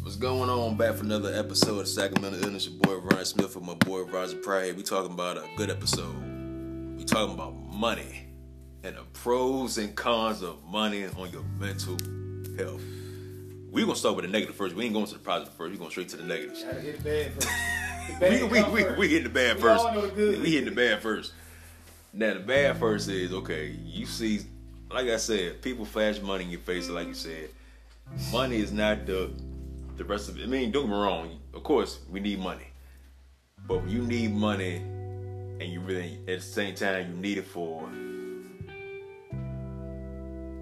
What's going on? Back for another episode of Sacramento Illness. Your boy Ryan Smith with my boy Roger Pryor. We talking about a good episode. We talking about money and the pros and cons of money on your mental health. We gonna start with the negative first. We ain't going to the positive first. We going straight to the negatives. Gotta hit the bad first. The We bad we come we, first. we hitting the bad We first. all know the good. We hitting the bad first. Now the bad first is okay. You see, like I said, people flash money in your face. Like you said, money is not the the rest of it. I mean, don't get me wrong. Of course, we need money, but when you need money, and you really at the same time you need it for.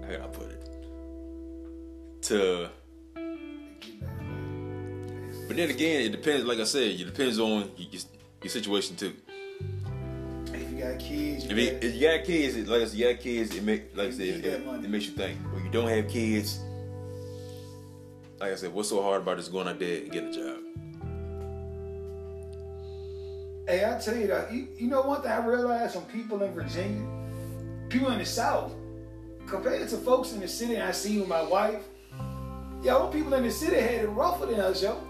How can I put it? To but then again, it depends. Like I said, it depends on your, your, your situation too. If you got kids, you If, it, got- if you got kids, it, like I said, you got kids, it make like I said, You it, got it, money. makes you think. When you don't have kids, like I said, what's so hard about just going out there and getting a job? hey, I tell you that. You, you know one thing I realized from people in Virginia, people in the South, compared to folks in the city. I see with my wife. Yo, them people in the city had it rougher than us, yo.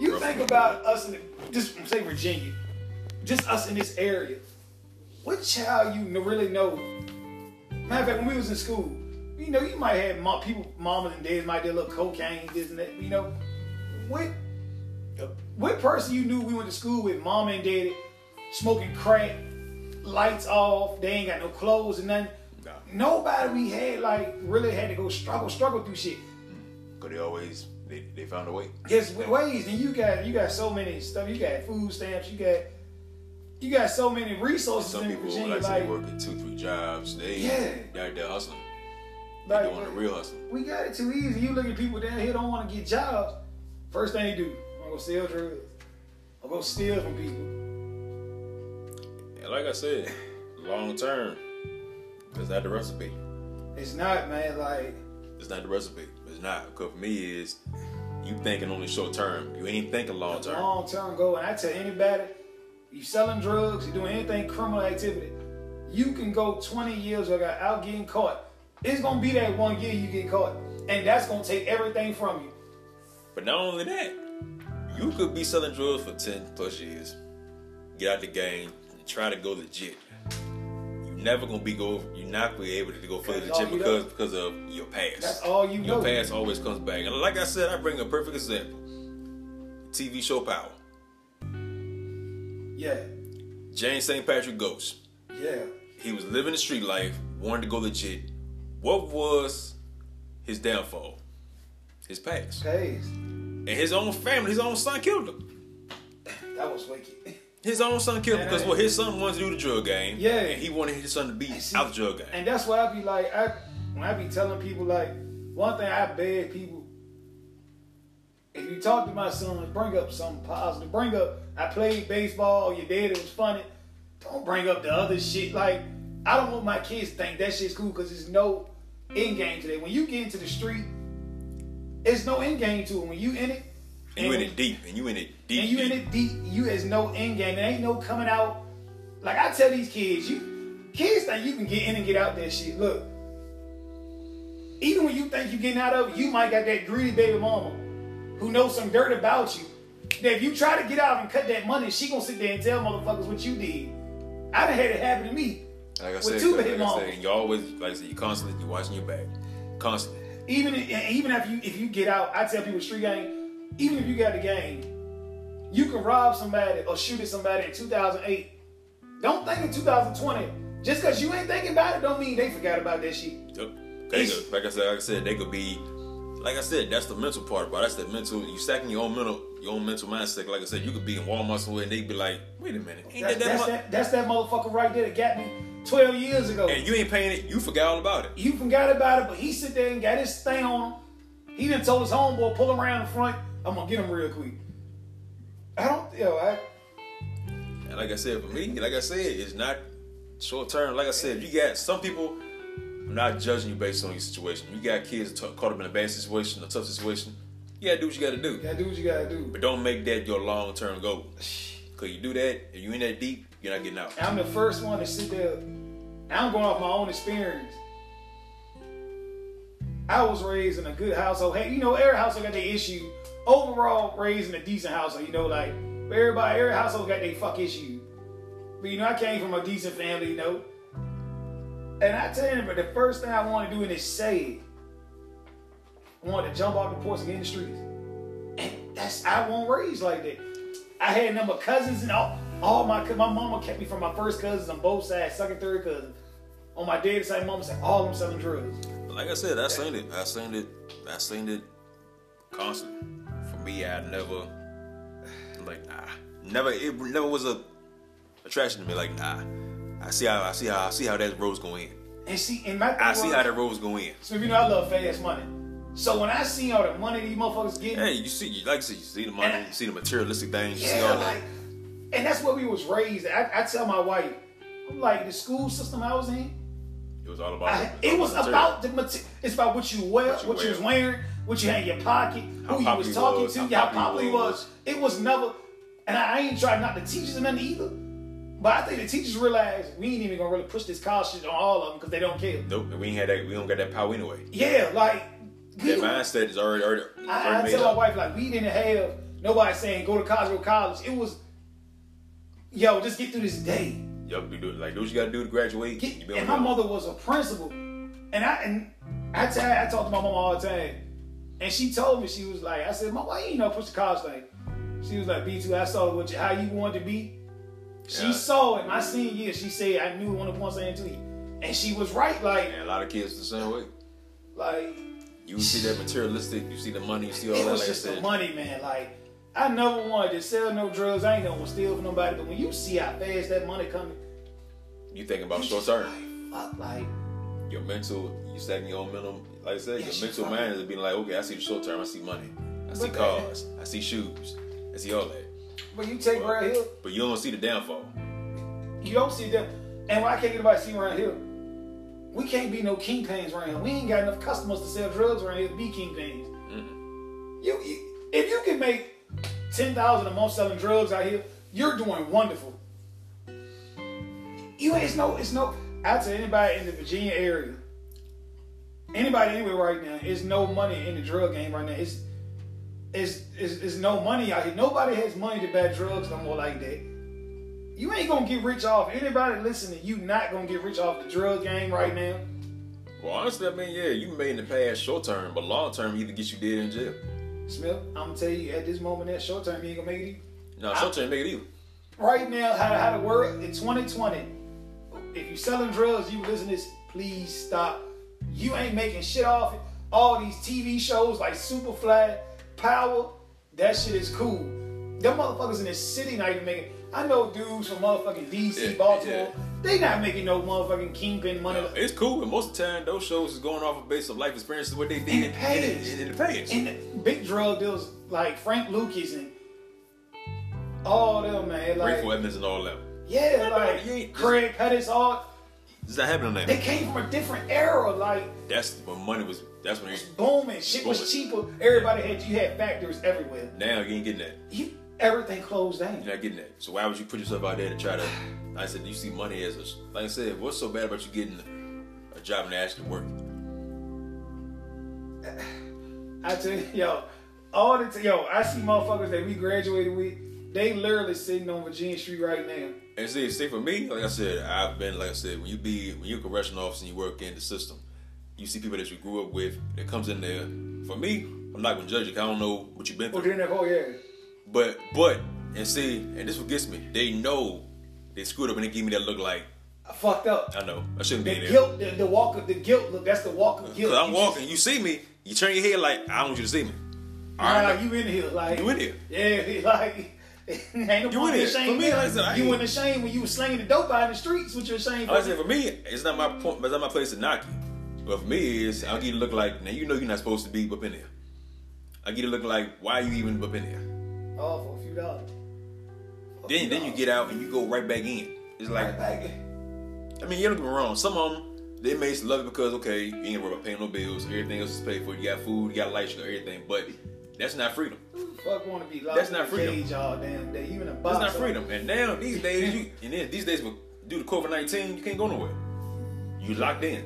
You Rougher. think about us in the, just say Virginia, just us in this area. What child you kn- really know? Matter of fact, when we was in school, you know, you might have mom, people, mamas and dads might do a little cocaine, this and that. You know, what what person you knew we went to school with, mom and daddy, smoking crack, lights off, they ain't got no clothes and nothing. No. Nobody we had like really had to go struggle, struggle through shit. Cause they always they, they found a way. There's w- ways, and you got you got so many stuff. You got food stamps. You got you got so many resources Some in people Virginia. like I said, like, they work at two, three jobs. They Yeah. they out there hustling. They like, doing the real hustling. we got it too easy. You look at people down here don't want to get jobs. First thing they do, I'm gonna sell drugs. I'm gonna steal from people. And like I said, long term, that's not the recipe. It's not, man. Like It's not the recipe. It's not. Cause for me is you thinking only short term. You ain't thinking long term. long term goal. And I tell anybody, you selling drugs, you doing anything criminal activity, you can go 20 years without getting caught. It's gonna be that one year you get caught, and that's gonna take everything from you. But not only that, you could be selling drugs for 10 plus years, get out the game, and try to go legit. You're never gonna be go you're not gonna be able to go further That's all legit you because because of your past. That's all you Your know. past always comes back. And like I said, I bring a perfect example. TV show power. Yeah, James St. Patrick Ghost. yeah. He was living the street life, wanted to go legit. What was his downfall? His past. Pays. And his own family, his own son killed him. That was wicked. His own son killed And because I- well, his son wanted to do the drug game. Yeah. and he wanted his son to be see- out the drug game. And that's why I be like, I when I be telling people like, one thing I beg people, if you talk to my son, bring up something positive. Bring up I played baseball, your daddy was funny. Don't bring up the other shit. Like, I don't want my kids to think that shit's cool because there's no end game today. When you get into the street, it's no end game to it. When you in it, and you in it deep, and you in it deep. and you in deep. it deep. You is no end game. There ain't no coming out. Like I tell these kids, you kids think you can get in and get out that shit. Look, even when you think you getting out of it, you might got that greedy baby mama who knows some dirt about you. That if you try to get out and cut that money, she gonna sit there and tell motherfuckers what you did. I done had it happen to me. Like I with said, two like hit I said, mamas. and you always, like I said, you constantly, you watching your back, constantly. even and even if you if you get out, I tell people street gang, even if you got the game, you can rob somebody or shoot at somebody in 2008. Don't think in 2020 just because you ain't thinking about it don't mean they forgot about that shit. Yep. They It's- could, like I said, like I said, they could be. Like I said, that's the mental part, bro. That's the mental. You stacking your own mental, your own mental mindset. Like I said, you could be in Walmart somewhere, and they be like, "Wait a minute, ain't That's that that's that, much?" that, that's that motherfucker right there that got me 12 years ago. And you ain't paying it. You forgot all about it. You forgot about it, but he sit there and got his thing on him. He done told his homeboy, pull him around the front. I'm gonna get him real quick. I don't, yo, I, And like I said, for me, like I said, it's not short term. Like I said, you got some people. I'm not judging you based on your situation. You got kids t- caught up in a bad situation, a tough situation. You gotta do what you gotta do, gotta do what you gotta do. but don't make that your long term goal. Cause you do that, if you in that deep, you're not getting out. I'm the first one to sit there. I'm going off my own experience. I was raised in a good household. Hey, you know, every household got their issue. overall raised in a decent household. You know, like everybody, every household got their fuck issue. But you know, I came from a decent family. You know, and I tell you, but the first thing I want to do is say it. I want to jump off the porch and get in the streets. And that's I won't raise like that. I had a number of cousins and all. All my cou- my mama kept me from my first cousins on both sides, second, third cousin. On my dad's side, mama said all of them selling drugs. Like I said, I seen it. I seen it. I seen it constantly. For me, I never like nah. Never it never was a attraction to me. Like nah. I see how I see how I see how that road's gonna end. And see, and my thing I see was- how that road's gonna end. So you know I love fast money. So when I see all the money these motherfuckers getting, Hey, you see, you like I said, you see the money, you see the materialistic things, you see yeah, all like, that. and that's what we was raised. I, I tell my wife, I'm like the school system I was in. It was all about. I, all it was material. about the material. It's about what you wear, What what you you, was wear. wearing, what you had in your pocket, How who you popular was you talking was, to, how yeah, how popular popular you you was. It was never, and I, I ain't trying not to teach them nothing either. But I think the teachers realize we ain't even gonna really push this college shit on all of them because they don't care. Nope, and we ain't had that. We don't got that power anyway. Yeah, like we That don't- mindset is already already, I, I already made tell my up. wife like we didn't have nobody saying go to college, go to college. It was, yo, just get through this day. Yup, you do it. Like do what you gotta do to graduate. Get, you be on and my your own. mother was a principal, and I and I tell I talk to my mom all the time, and she told me she was like, I said, Mom, why you ain't no push the college thing? She was like, B two, I saw what you, how you wanted to be. She Yeah. saw it my senior year. She said I knew one point saying to you, and she was right. Like And a lot of kids the same way. like. You see that materialistic. You see the money. You see all It that. was Like I just the said, money, man. Like, I never wanted to sell no drugs. I ain't gonna steal from nobody. But when you see how fast that money coming, you thinking about you short just term. Like, fuck, like, Your mental. You stacking your own mental. Like I said, Yeah, your she mental fucking- mind is being like, okay, I see the short term. I see money. I see But that- cars. I see shoes. I see all that. but you take But- Brad Hill, But you don't see the downfall. you don't see them. And why can't anybody see around here? We can't be no kingpins around here. We ain't got enough customers to sell drugs around here to be kingpins. You, you, if you can make ten thousand a month selling drugs out here, you're doing wonderful. You ain't it's no, it's no. I tell anybody in the Virginia area, anybody anywhere right now, is no money in the drug game right now. It's it's, it's, it's no money out here. Nobody has money to buy drugs no more like that. You ain't gonna get rich off anybody listening. You not gonna get rich off the drug game right now. Well, honestly, I mean, yeah, you made in the past short term, but long term, either get you dead in jail. Smith, I'm gonna tell you at this moment, that short term, you ain't gonna make it. either. No, short term, make it either. right now how to, how to work in 2020. If you selling drugs, you listen to this, please stop. You ain't making shit off it. All these TV shows like Superfly, Power, that shit is cool. Them motherfuckers in the city not even making. I know dudes from motherfucking DC, Yeah, Baltimore. yeah. They not making no motherfucking kingpin money. Uh, It's cool, but most of the time those shows is going off a base of life experiences what they did it pays. in, in, in the past. And the big drug deals like Frank Lucas and all them man, like Grateful Evans and all that. yeah, you like ain't- Craig Pettis, all It's not happening now. they came from a different era. Like That's when money was. That's when it, booming, shit was cheaper. Everybody had you had factories everywhere. now you ain't getting that. You everything closed down. You're not getting that. So why would you put yourself out there to try to? Like I said, you see money as a. Like I said, what's so bad about you getting a job and actually working? I tell you, yo, all the t- yo, I see motherfuckers that we graduated with. They literally sitting on Virginia Street right now. And see, see for me, like I said, I've been like I said, when you be when you're a correctional officer and you work in the system, you see people that you grew up with that comes in there. For me, I'm not gonna judge you. 'cause I don't know what you've been Or through. Oh, during that whole yeah. But but and see, and this what gets me. They know they screwed up and they give me that look like I fucked up. I know I shouldn't The be in there. guilt, the, the walk of the guilt. Look, that's the walk of guilt. Cause I'm You just- walking, you see me, you turn your head like I don't want you to see me. Nah, Alright, you in here, like You in here. Yeah, like ain't no You in here. Ashamed. For me, like I said, I you ain't- wasn't ashamed when you was slinging the dope out in the streets. What you ashamed like I for? said for me, it's not my point, it's not my place to knock you. But for me, is I'll get you to look like now you know you're not supposed to be up in there. I get to look like why you even up in there. Oh, for a few dollars. Then then you get out and you go right back in. It's like Like, I mean, you don't get me wrong. Some of them, they may love it because, okay, you ain't worried about paying no bills. Everything else is paid for. You got food, you got lights, you got everything. But that's not freedom. Who the fuck want to be locked That's in not a freedom. cage all damn day? You in a box. That's not freedom. And now, these days, you and then these days, with due to COVID 19, you can't go nowhere. You locked in.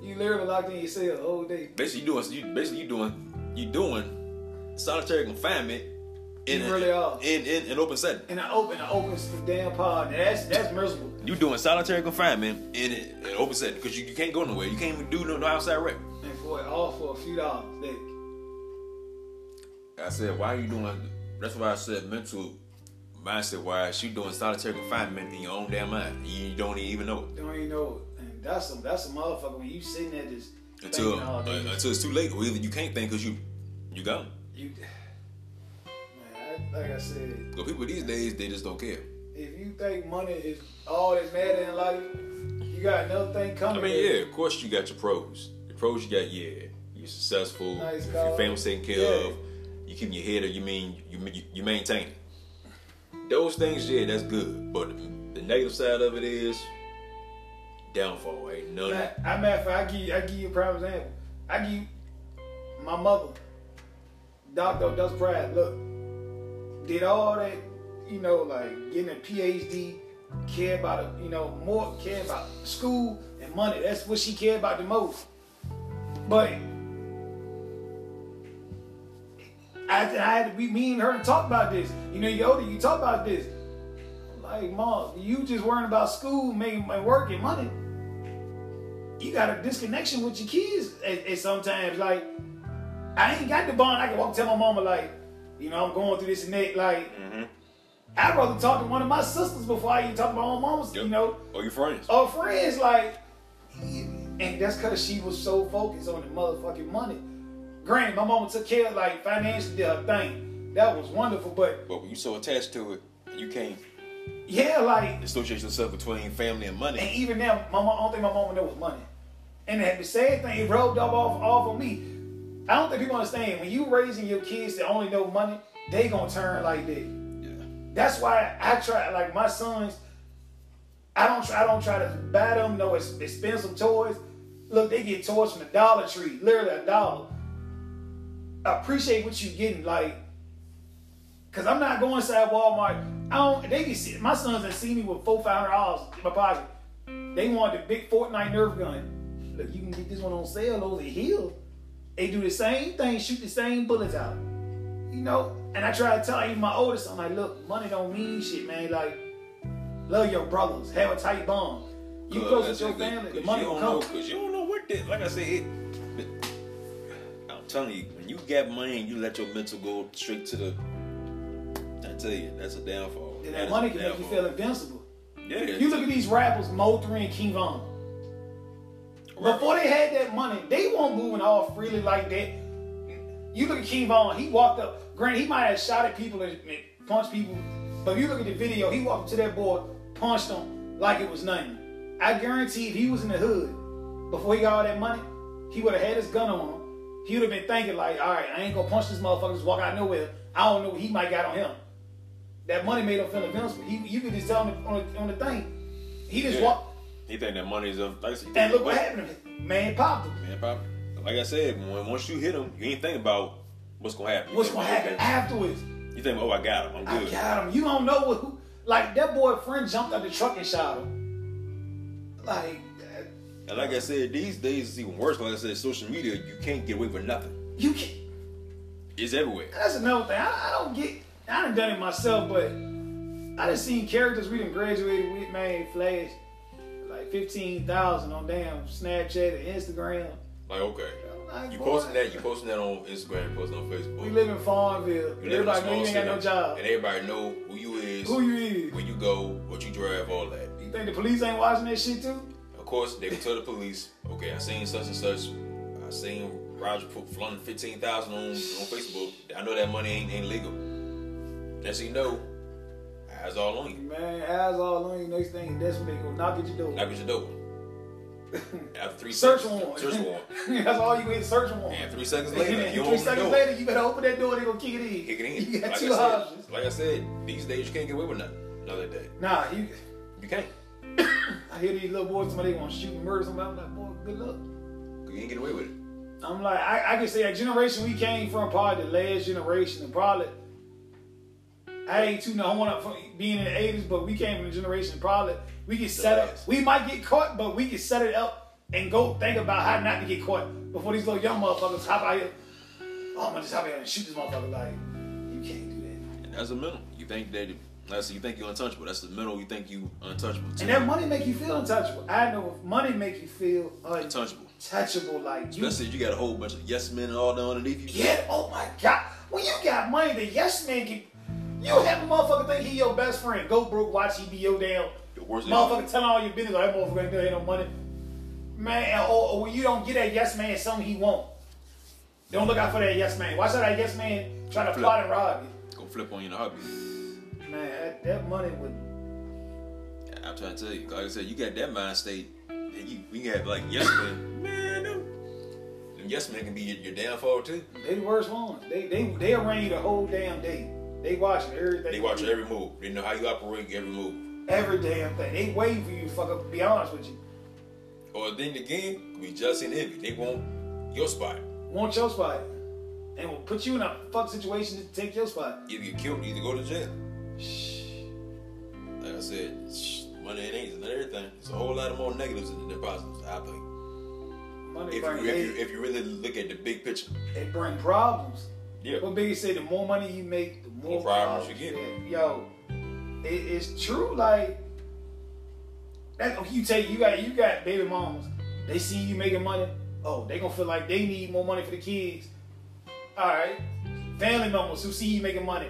You literally locked in your cell all day. Basically, you doing, you, basically, you doing, you doing solitary confinement in You a- really are. in, in an open setting. And I open, I open some damn pod. And that's that's miserable. You doing solitary confinement in a- an open setting because you, you can't go nowhere. You can't even do no, no outside rec. And for it all for a few dollars, Nick. I said, why are you doing? That's why I said mental mindset wise. You doing solitary confinement in your own damn mind. You don't even know it Don't even know it. And that's a that's a motherfucker when you sitting there just until thinking all uh, day. until it's too late, or either you can't think because you you gone. you, man, I, like I said, But people these days they just don't care. if you think money is all that matter in life, you got another thing I coming. mean, yeah, of course you got your pros. The pros you got, yeah, you're successful. Nice if car. your family's taken care Yeah. of, you keeping your head up. You mean you you, you maintain it. Those things, yeah, that's good. But the negative side of it is downfall. Ain't none. I, I matter of fact, I give you, I give you a prime example. I give you my mother, Doctor Dust Pride. Look, did all that, you know, like getting a PhD, care about, you know, more care about school and money. That's what she cared about the most. But I, I had to be me and her to talk about this. You know, you older, you talk about this. Like, mom, you just worrying about school, making and work and money you got a disconnection with your kids at, at sometimes. Like, I ain't got the bond. I can walk and tell my mama, like, you know, I'm going through this and that. Like, I'd rather talk to one of my sisters before I even talk to my own mama, Yep. you know, oh. or your friends. or friends. Like, and that's because she was so focused on the motherfucking money. Granted, my mama took care of, like, financially, did her thing. That was wonderful, but But when you so attached to it, you can't yeah, like, dissociate yourself between family and money. And even now, my mom, I don't think my mama knew was money. And the the sad thing, it rubbed off off, off on me. I don't think people understand when you raising your kids to only know money, they gonna turn like that. Yeah. That's why I try like my sons. I don't try. I don't try to buy them no ex- expensive toys. Look, they get toys from the Dollar Tree, literally a dollar. Appreciate what you getting, like, cause I'm not going inside Walmart. I don't. They can see my sons have seen me with four five hundred dollars in my pocket. They wanted the big Fortnite Nerf gun. Look, you can get this one on sale over here. They do the same thing, shoot the same bullets out. You know, and I try to tell even my oldest, I'm like, look, money don't mean shit, man. Like, love your brothers, have a tight bond. You Cause close with that's your it, cause- family, the cause money you will don't come. know- Cause you don't know what that. Like I said, it, but I'm telling you, when you got money and you let your mental go straight to the, I tell you, that's a downfall. And is that a money can make you downfall. feel invincible. Yeah. You look at these rappers, Mo Three and King Von. Before they had that money, they weren't moving all freely like that. You look at King Von, he walked up. Granted, he might have shot at people and, and punched people, but if you look at the video, he walked up to that boy, punched him like it was nothing. I guarantee if he was in the hood before he got all that money, he would have had his gun on him. He would have been thinking like, all right, I ain't gonna punch this motherfucker. Just walk out of nowhere. I don't know what he might got on him. That money made him feel invincible. He, you could just tell him on the, on the thing. He just Yeah. walked. He think that money is a. Like I said, he And think- look what happened to him. Man popped him. Man, pop. Like I said, when, once you hit him, you ain't think about what's gonna happen. You What's think, gonna okay. happen afterwards? You think, oh, I got him. I'm I good. got him. You don't know what who like that boy friend jumped out the truck and shot him. Like that- And like I said, these days it's even worse. Like I said, social media, you can't get away with nothing. you can't It's everywhere. that's another thing. I, I don't get I done done it myself, but I done seen characters we done graduated with, man, flash like fifteen thousand on damn Snapchat and Instagram. Like, okay. Like, You boy, posting that, you posting that on Instagram, you posting on Facebook. We live in Farmville. You live in a Everybody know small you ain't got no city, job. And everybody know who you is, Who you is? where you go, what you drive, all that. You think the police ain't watching that shit too? Of course, they can tell the police, okay, I seen such and such. I seen Roger put flung 15000 on, on Facebook. I know that money ain't, ain't legal. Next thing you know, eyes all on you. Man, eyes all on you. Next thing, that's when they go knock at your door. Knock at your door. After three Search seconds, warrant. Search warrant. That's all you get. Search warrant. And three seconds And later, then you three open the seconds door. later, you better open that door. They gonna kick it in. Kick it in. You got like, two I said, options. like I said, these days you can't get away with nothing. Another day. Nah, you. You can't. I hear these little boys. Somebody want to shoot and murder somebody. I'm like, boy, good luck. You ain't getting away with it. I'm like, I, I can say that generation we came from, probably the last generation, and probably I ain't too no one up from being in the '80s, but we came from a generation probably we get set up. last. We might get caught, but we can set it up and go think about how not to get caught before these little young motherfuckers hop out here. oh, I'm gonna just hop out and shoot this motherfucker. Like, you can't do that. And that's the middle. You think that that's you think you're untouchable. That's the middle. You think you untouchable. Too. And that money make you feel untouchable. I know if money make you feel untouchable. untouchable, like you, Especially if you got a whole bunch of yes men and all down underneath you. yeah, oh my god, when you got money, the yes man can. You have a motherfucker think he your best friend. Go broke, watch he be your damn The worst motherfucker telling all your business. Like, that motherfucker ain't gonna have no money, man. Or, or when you don't get that yes man, something he want. Don't look out for that yes man. Watch out that yes man trying to Flip. plot and rob you. Go flip on you in a hobby. Man, that, that money would. I'm trying to tell you. Like I said, you got that mind state. And you, we can have like yes men. Man, them, them yes men can be your, your downfall too. They the worst ones. They they they arrange the whole damn day. They watching everything. They watch every move. They know how you operate every move. every damn thing. They waiting for you to fuck up. to Be honest with you. Or then again, we just in envy. They want your spot. Want your spot, and will put you in a fuck situation to take your spot. Either get killed, either go to jail. Shh. Like I said, shh, money and angels and everything. It's a whole lot of more negatives than the positives. I think. Money If bring you, if hate. you if you really look at the big picture, It bring problems. yeah. What Biggie say? The more money you make, the more, More problems you get. Yo, it, it's true. Like that. okay, You take you got you got baby mamas. They see you making money. Oh, they gonna feel like they need more money for the kids. All right, family members who see you making money.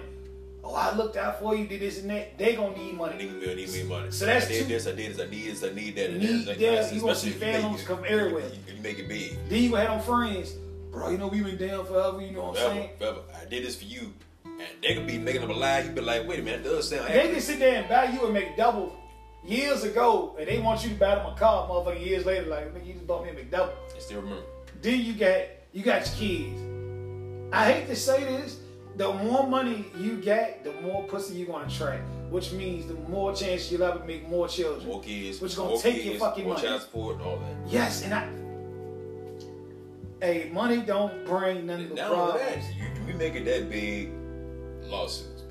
Oh, I looked out for you. Did this and that. They gonna need I money. need me, I need me money. So that's I did two- this, I did this, I need this, I need that. and Need everything. that, That's- you gonna see especially if you make families it- come if you- everywhere. If you make it big, Then you had them friends, bro. You know we been down forever. You know what I'm forever, saying? forever. I did this for you, and they could be making up a lie. You be like, wait a minute, that does sound. They can sit there and buy you a McDouble years ago, and they want you to buy them a car, motherfucker. Years later, like man, you just bought me a McDouble. I still remember. Then you got you got your kids. I hate to say this, the more money you get, the more pussy you gonna attract, which means the more chance you'll ever make more children. More kids, Which gonna more take kids, your fucking more money. child support, and all that. Yes, and I. Hey, money don't bring none of And the not only problems. that, you, you make it that big lawsuits.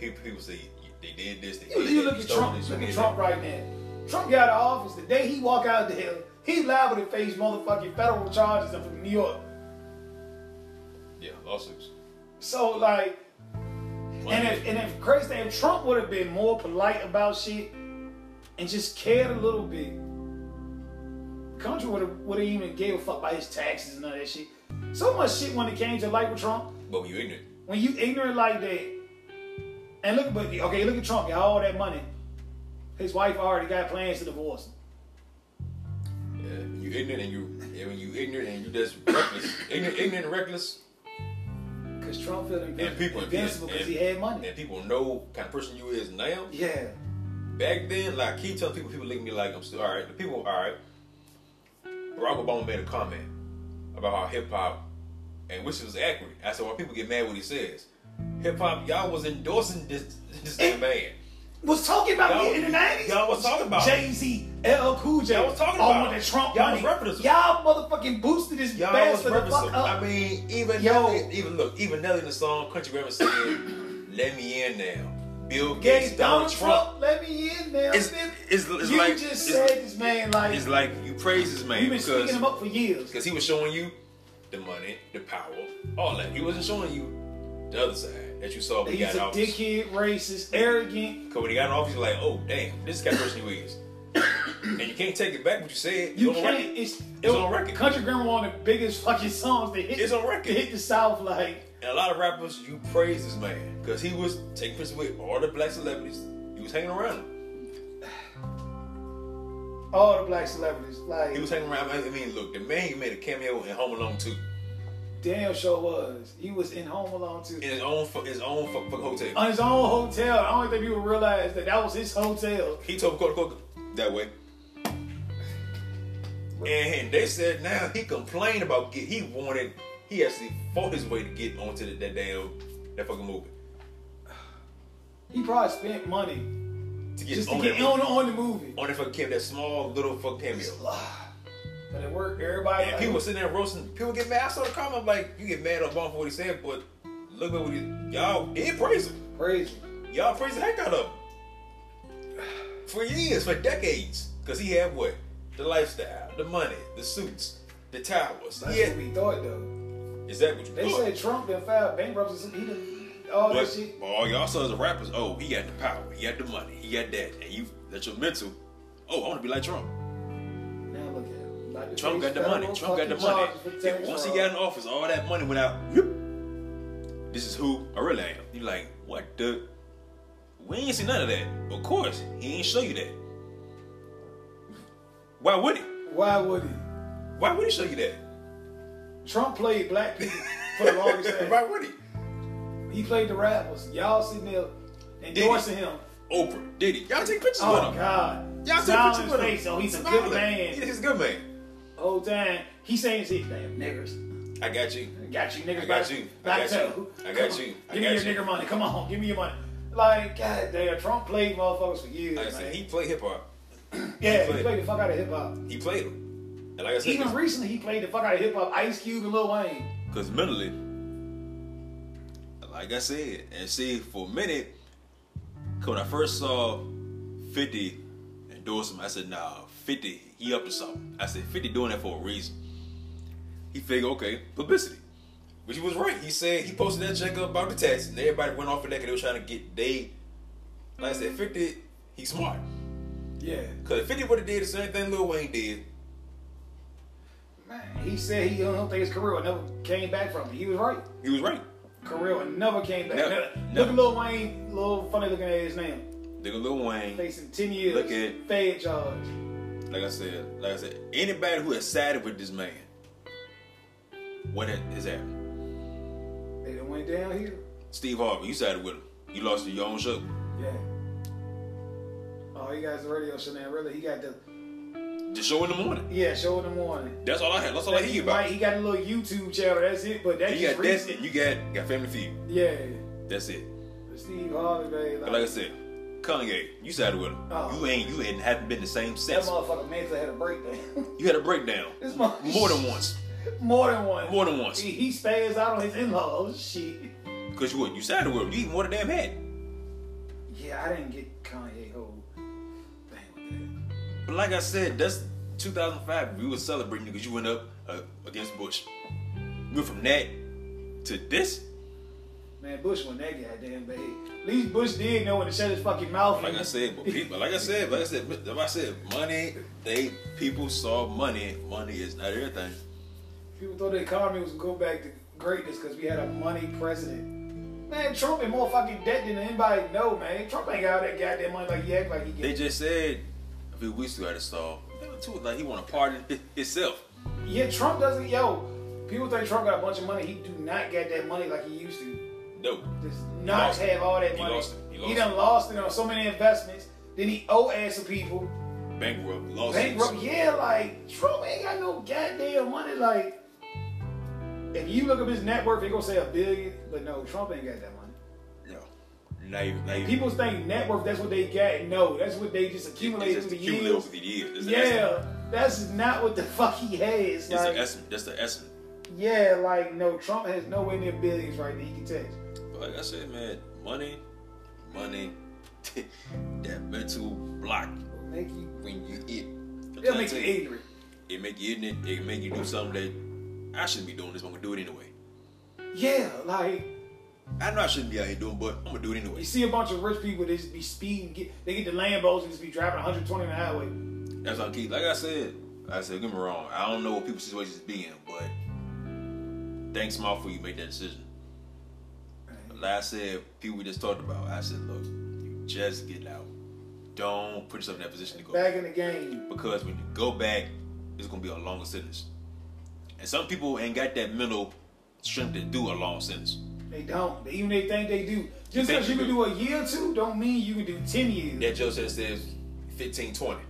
People, people say they did this, they You, did you that, look you at stole Trump. this, you Look at did Trump right now. Trump got out of office the day he walk out of jail. He liable to face motherfucking federal charges from New York. that. Yeah, lawsuits. So like, and Money. if and if crazy thing, if Trump would have been more polite about shit and just cared a little bit, country would have would have even gave a fuck about his taxes and all that shit. So much shit when it came to life with Trump. but when you ignorant, when you ignorant like that, and look, but okay, look at Trump got all that money. His wife already got plans to divorce. him. Yeah, you ignorant and you and when you ignorant and you just reckless, ignorant, ignorant and reckless, Cause Trump feeling and people invincible because and- he had money. and people know what kind of person you is now. yeah, Back then, like keep telling people, people look at me like I'm still all right. The people all right. Barack Obama made a comment about how hip hop, and which was accurate. I said, why people get mad what he says? Hip hop, y'all was endorsing this this damn man. was talking about Y'all- it in the nineties. y'all was talking about it. Jay Z, LL Cool J. Y'all was talking all about with it. the Trump Y'all money. was referencing it. Y'all motherfucking boosted this Y'all was bastard the referencing. fuck up. I mean, even Yo. Nelly, even look, even Nelly in the song Country Grammar said, "Let me in now." Bill Gates, Gates, Donald Trump, let me in now. It's- bitch. it's- it's you like- just it's- said this man like It's like you praise this man you've been because speaking him up for years. because he was showing you the money, the power, all that. He wasn't showing you the other side that you saw when he He's got a in office. dickhead, racist, arrogant. Because when he got in office, you're like, oh damn, this is the kind of person you is, and you can't take it back what you said. You It's on can't. record. It's, on record. Country Grammar one of the biggest fucking songs that hit. It's on record. that hit the South like. And a lot of rappers, you praise this man because he was taking pictures with all the black celebrities. He was hanging around. Them. All the black celebrities, like He was hanging around. I mean, look, the man he made a cameo in Home Alone 2 damn sure was. He was in Home Alone too, in his own fu- his own fuck, fuck hotel. on his own hotel. I don't think people realize that that was his hotel. He told Coca Cola that way. And they said now he complained about get he wanted he actually fought his way to get onto the, that damn that fucking movie He probably spent money to get just to on get that on movie. on the movie. on that fucking cameo, that small little fucking cameo. But it worked. Everybody. And like, people sitting there roasting. People get mad. I saw the comment like you get mad at Obama for what he said, but look at what he y'all did praise him. crazy. Y'all praise the heck out of him. For years, for decades. Because he had what? The lifestyle, the money, the suits, the towers. That's He had, what we thought though. Is that what you They look, said Trump done filed bankruptcy. He done all But, that shit. but all y'all sons are rappers. Oh, he got the power. He got the money. He got that. And you, that's your mental. Oh, I want to be like Trump. Now look at him. Like the Trump got face the money. federal Trump got the fucking money. charges for And tax once he fraud. got in office, all that money went out. Yep. This is who I really am. You like what the? We ain't see none of that. Of course, he ain't show you that. Why would he? Why would he? Why would he show you that? Trump played black people for the longest time. Why would he? He played the rappers. Y'all sitting there endorsing him. Oprah, Diddy, y'all take pictures Oh with him. God. Y'all take Smile pictures on with his him. face. Oh, he's a Smile good at him. man. He's a good man. Whole time he saying shit, damn niggers. I got you. Got you, niggas. I back- got you. I back got to- you. I Come got on. you. I Give got me your you. nigger money. Come on, give me your money. Like, god damn, Trump played motherfuckers for years. Like I said, man. he played hip hop. yeah, he he played- played. the fuck out of hip hop. He played him. And like I said, Even recently, he played the fuck out of hip hop. Ice Cube and Lil Wayne. Because mentally, like I said, and see, for a minute, 'cause when I first saw 50 endorse him, I said, nah, 50, he up to something. I said, 50 doing that for a reason. He figured, okay, publicity. But he was right. He said he posted that check up about the tax, and everybody went off of that because they was trying to get they. Like I said, 50, he's smart. Yeah, Because if 50 would have did the same thing Lil Wayne did, man. He said he don't think his career never came back from it. He was right. he was right. Career never came back. Never. Never. Look Never. at Lil Wayne, little funny looking ass now. Nigga Lil Wayne. Facing ten years. Look at- Fed charge. like I said, like I said, anybody who has sided with this man, what it is that? They done went down here. Steve Harvey, you sided with him. You lost to your own show. Yeah. Oh, he got the radio show now. Really, he got the The show in the morning. yeah show in the morning. That's all I had. That's all I hear Right, Oh, about. he got a little YouTube channel. That's it. But that's You just got this, and recent. you got got Family Feud. Yeah. That's it. Steve Harvey, baby. But like I said, Kanye, you sided with him. Oh. You ain't you ain't haven't been the same that since. motherfucker mentally had a breakdown. You had a breakdown this mother- more than once More than one. More than once. He, he spazz out on his in-laws. Shit. because you what you sided with him. You even wore the damn hat. Yeah, I didn't get Kanye whole thing with But like I said, that's 2005. We were celebrating because you went up uh, against Bush. We went from that to this. that. Man, Bush won that goddamn baby. At least Bush did know when to shut his fucking mouth. Like I said, but people, like I said, like I said, like I said, money. They people saw money. Money is not everything. People thought the economy was going back to greatness because we had a money president. Man, Trump is more fucking debt than anybody know, man. Trump ain't got all that goddamn money like he act like he They get. just said a few weeks ago at the stall. they were too- Like he want to pardon hi- himself. Yeah, Trump doesn't. Yo, people think Trump got a bunch of money. He do not get that money like he used to. No, Does not lost it. have all that He money. lost it. He lost done lost it on so many investments. Then he owe ass to people. bankrupt, lawsuits. Bankrupt. Yeah, like Trump ain't got no goddamn money. Like, if you look up his net worth, they gonna say a billion. But no, Trump ain't got that money. No, not even. Not even. People think net worth, that's what they got. No, that's what they just They accumulate just through the accumulate years. over the years. It's an estimate. Yeah, that's not what the fuck he has. it's Like, an estimate. That's the estimate. yeah, like, no, Trump has nowhere near billions right now. He can touch. But like I said, man, money, money, that mental block Make you, when you eat. it'll make you ignorant. It make you ignorant. It make you do something that I shouldn't be doing this, but I'm gonna do it anyway. Yeah, like, I know I shouldn't be out here doing, but I'm gonna do it anyway. you see a bunch of rich people, they just be speeding, get, they get the Lambos and just be driving 120 on the highway. That's what I keep. Like I said, like I said, don't get me wrong. I don't know what people's situations be in, but thanks, small for you made that decision. Like I said, people we just talked about. I said, look, you just get out. Don't put yourself in that position to go Back in the game. because when you go back, it's gonna be a longer sentence. And some people ain't got that mental strength to do a long sentence. They don't. Even they think they do. Just Think because you you can do. do a year or two, don't mean you can do 10 years. That Joe says says 15, 20.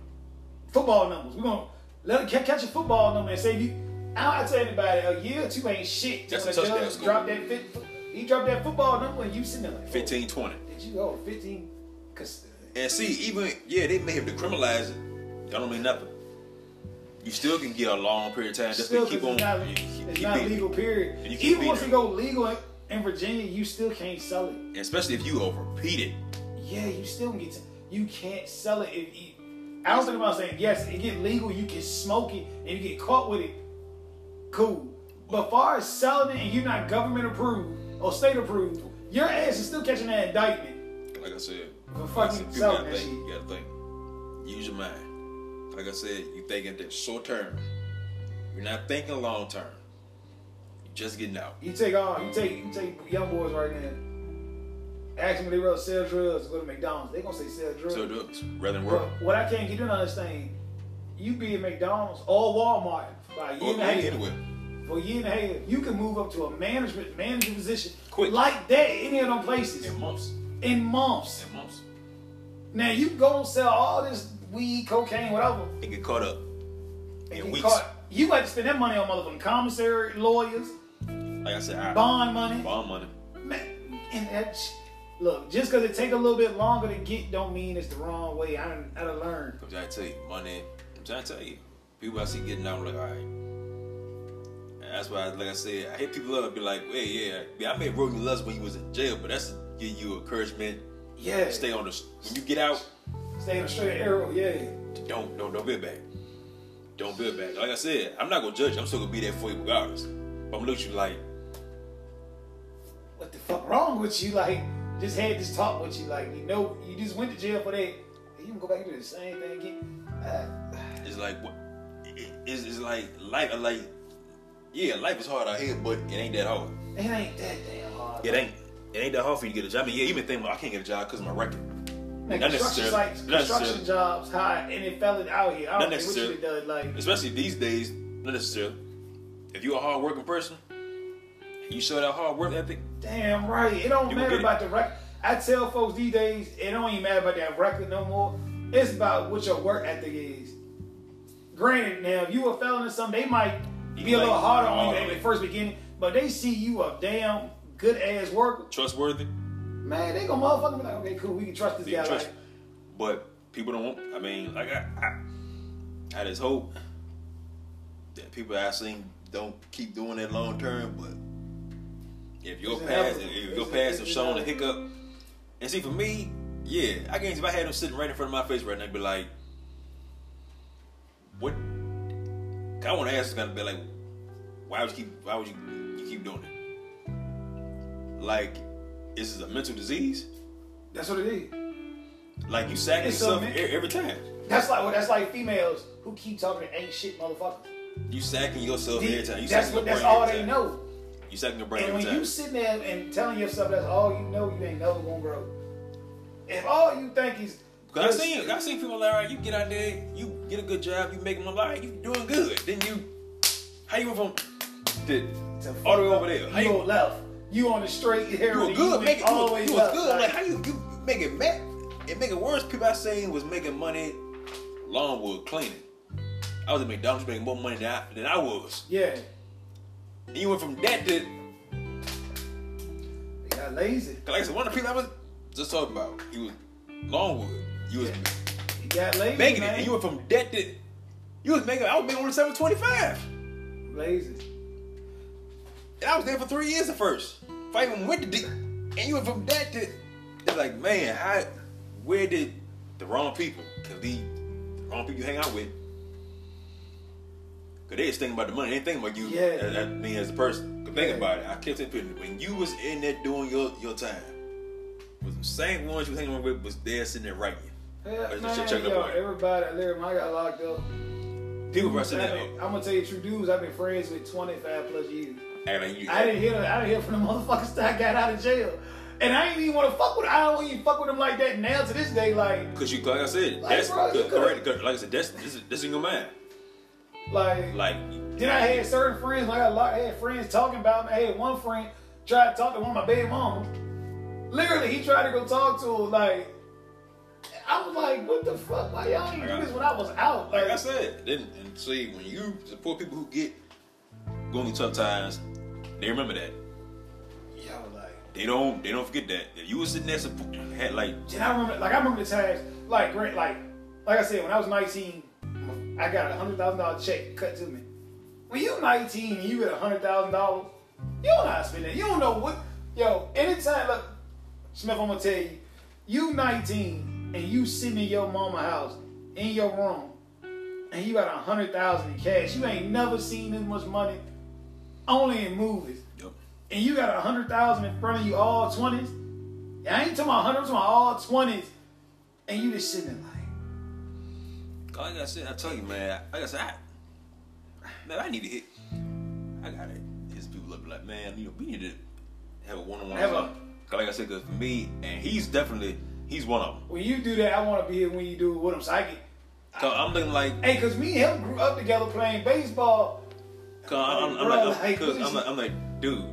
football numbers. We're gonna let it ca- catch a football number and say you. I don't tell anybody a year or two ain't shit. That's When a the touchdown judge score. Dropped that fit, he dropped that football number and you sitting there like oh, 15, 20. Did you go 15? Cause And see, even yeah, they may have decriminalized it. That don't mean nothing. You still can get a long period of time just still, to keep 'cause on. it's not, you- you it's keep not beating. legal. Period. And you keep Even once beating it go legal in, in Virginia, you still can't sell it. especially if you over repeat it. Yeah, you still can get. To, you can't sell it if you. I was thinking about saying yes, it get legal. You can smoke it and you get caught with it. Cool. But far as selling it and you not government approved or state approved, your ass is still catching that indictment. Like I said, For like I said, fucking people gotta selling that think. You gotta think. Use your mind. Like I said, you thinking that short term. You're not thinking long term. You're just getting out. You take all you take you take young boys right now. Ask them if they rather sell drugs or go to McDonald's. They gonna say sell drugs. So drugs rather than work. But what I can't get you to understand, you be at McDonald's or Walmart for a year Or and a half. anywhere. For a year and a half, you can move up to a management manager position Quick. like that any of them places In months. in months. In months. Now you go and sell all this weed, cocaine, whatever, They get caught up. and In get weeks. caught. You got to spend that money on motherfucking commissary, lawyers, Like I said, I, bond money. bond money. Man, and that sh- look, just because it take a little bit longer to get, don't mean it's the wrong way. I done, I done learned. I'm trying to tell you, money. I'm trying to tell you, people I see getting out, I'm like, all right. And that's why, like I said, I hit people up and be like, hey, yeah, yeah, I may have wrote you less when you was in jail, but that's to give you encouragement. Yeah, Stay on the, when you get out, stay on a straight arrow. Yeah, don't, don't, don't build back. Don't build back. Like I said, I'm not gonna judge you. I'm still gonna be there for you regardless. But I'm looking at you like, what the fuck wrong with you? Like, just had this talk with you. Like, you know, you just went to jail for that. And you can go back and do the same thing again. Uh, it's like, what, it- it's, it's like life, uh, like, yeah, life is hard out here, but it ain't that hard. it ain't that damn hard. It ain't, it ain't that hard for you to get a job. I mean, yeah, you been thinking, well, I can't get a job because of my record. Man, Not construction necessarily. sites, Not construction necessarily. jobs, high, and it fell out here. I don't know Not what necessarily. you done. Like, especially these days, not necessarily. If you're a hard working person, you show that hard work ethic, Damn right. It don't You matter get it. about the record. I tell folks these days, it don't even matter about that record no more. It's about what your work ethic is. Granted, now if you a felon or something, they might be a might little harder be on you harder. at the first beginning, but they see you a damn good ass worker. trustworthy, Man, they gonna motherfucking be like, okay, cool, we can trust this you guy. trust. Like, But people don't. want- I mean, like I, I, I just hope that people I seen don't keep doing that long term. But if your It's past, inevitable. if your It's- past have it's shown a inevitable. hiccup, and see for me, yeah, I guess if I had them sitting right in front of my face right now, I'd be like, what? 'cause I want to ask this guy to be like, why would you keep? Why would you, you keep doing it? Like, this is a mental disease. that's what it is. Like you sack It's a yourself men- e- every time. That's like well, that's like females who keep talking to ain't shit motherfuckers. You sacking yourself every time. You that's sacking what your that's brain all every they time. know. You sacking your brain And every when time. you sitting there and telling yourself that's all you know, you ain't never gonna grow. If all you think is, Cause I seen, I seen people like, all right, you get out there, you get a good job, you make them alive, you doing good. Then you, how you went from the, all the way over there? How you you, on left, you on the straight here, you were good, making, you, were- always you was left. good. Like how you, you make it mad? It make it worse. People I seen was making money, lawnwood cleaning. I was at McDonald's making more money than I, than I was. yeah, And you went from that to they got lazy. Cause like I said, one of the people I was just talking about, he was Longwood. You was He got lazy, making it, man. and you were from debt to, you was making. I was making one seven twenty five, lazy. and I was there for three years at first. If I even went to debt, and you went from debt to, they're like, man, I, where did the wrong people? Cause the, the wrong people you hang out with. Cause they just thinking about the money, they ain't thinking about you. Yeah. That, that me as a person. Cause think Yeah. about it. I kept it when you was in there doing your your time. Was the same ones you was hanging around with was there sitting there writing. Yeah, Or is this man, shit checked up yo, on you? everybody, at Larry, I got locked up. People were sitting I there am gonna tell you, true dudes, I've been friends with 25 plus years. acting like you. I didn't hear, I didn't hear from the motherfuckers that I got out of jail, and I ain't even want to fuck with. I don't even fuck with them like that now to this day. Like, Cause you, like I said, Like, that's bro, you good, could- correct. good. Like I said, that's this, is- this in your mind. like. Like, Then I had certain friends, like I lo- I had friends talking about me. I had one friend try to talk to one of my baby mama. Literally, he tried to go talk to her. Like, I was like, what the fuck? Why y'all ain't do this when I was out? like Like, I said, then and see when you support people who get going through tough times, they remember that. yeah, I was like. They don't, they don't forget that. If you was sitting there support, had like, And I remember, like, I remember the times, like, great, like, like I said, when I was 19, I got a hundred thousand dollar check cut to me. When you 19 and you get a hundred thousand dollars, you don't know how to spend that. You don't know what, yo. Anytime, look, Smith, I'm gonna tell you, you 19 and you sitting in your mama house in your room, and you got a hundred thousand in cash. You ain't never seen this much money only in movies, Yep. and you got a hundred thousand in front of you, all twenties. I ain't talking about hundreds, I'm talking about all twenties, and you just sitting there like, Like I said, I tell you, man. Like I said, I, man, I need to hit. I got it. His people up like, man, you know, we need to have a one-on-one. Have a- Cause like I said, cause for me, and he's definitely he's one of them. when you do that, I want to be here when you do it with them. So I get, Cause I'm looking like, hey, cause me and him grew up together playing baseball. cause I'm, I'm, Bro, like, like, cause what is I'm like, I'm like, dude,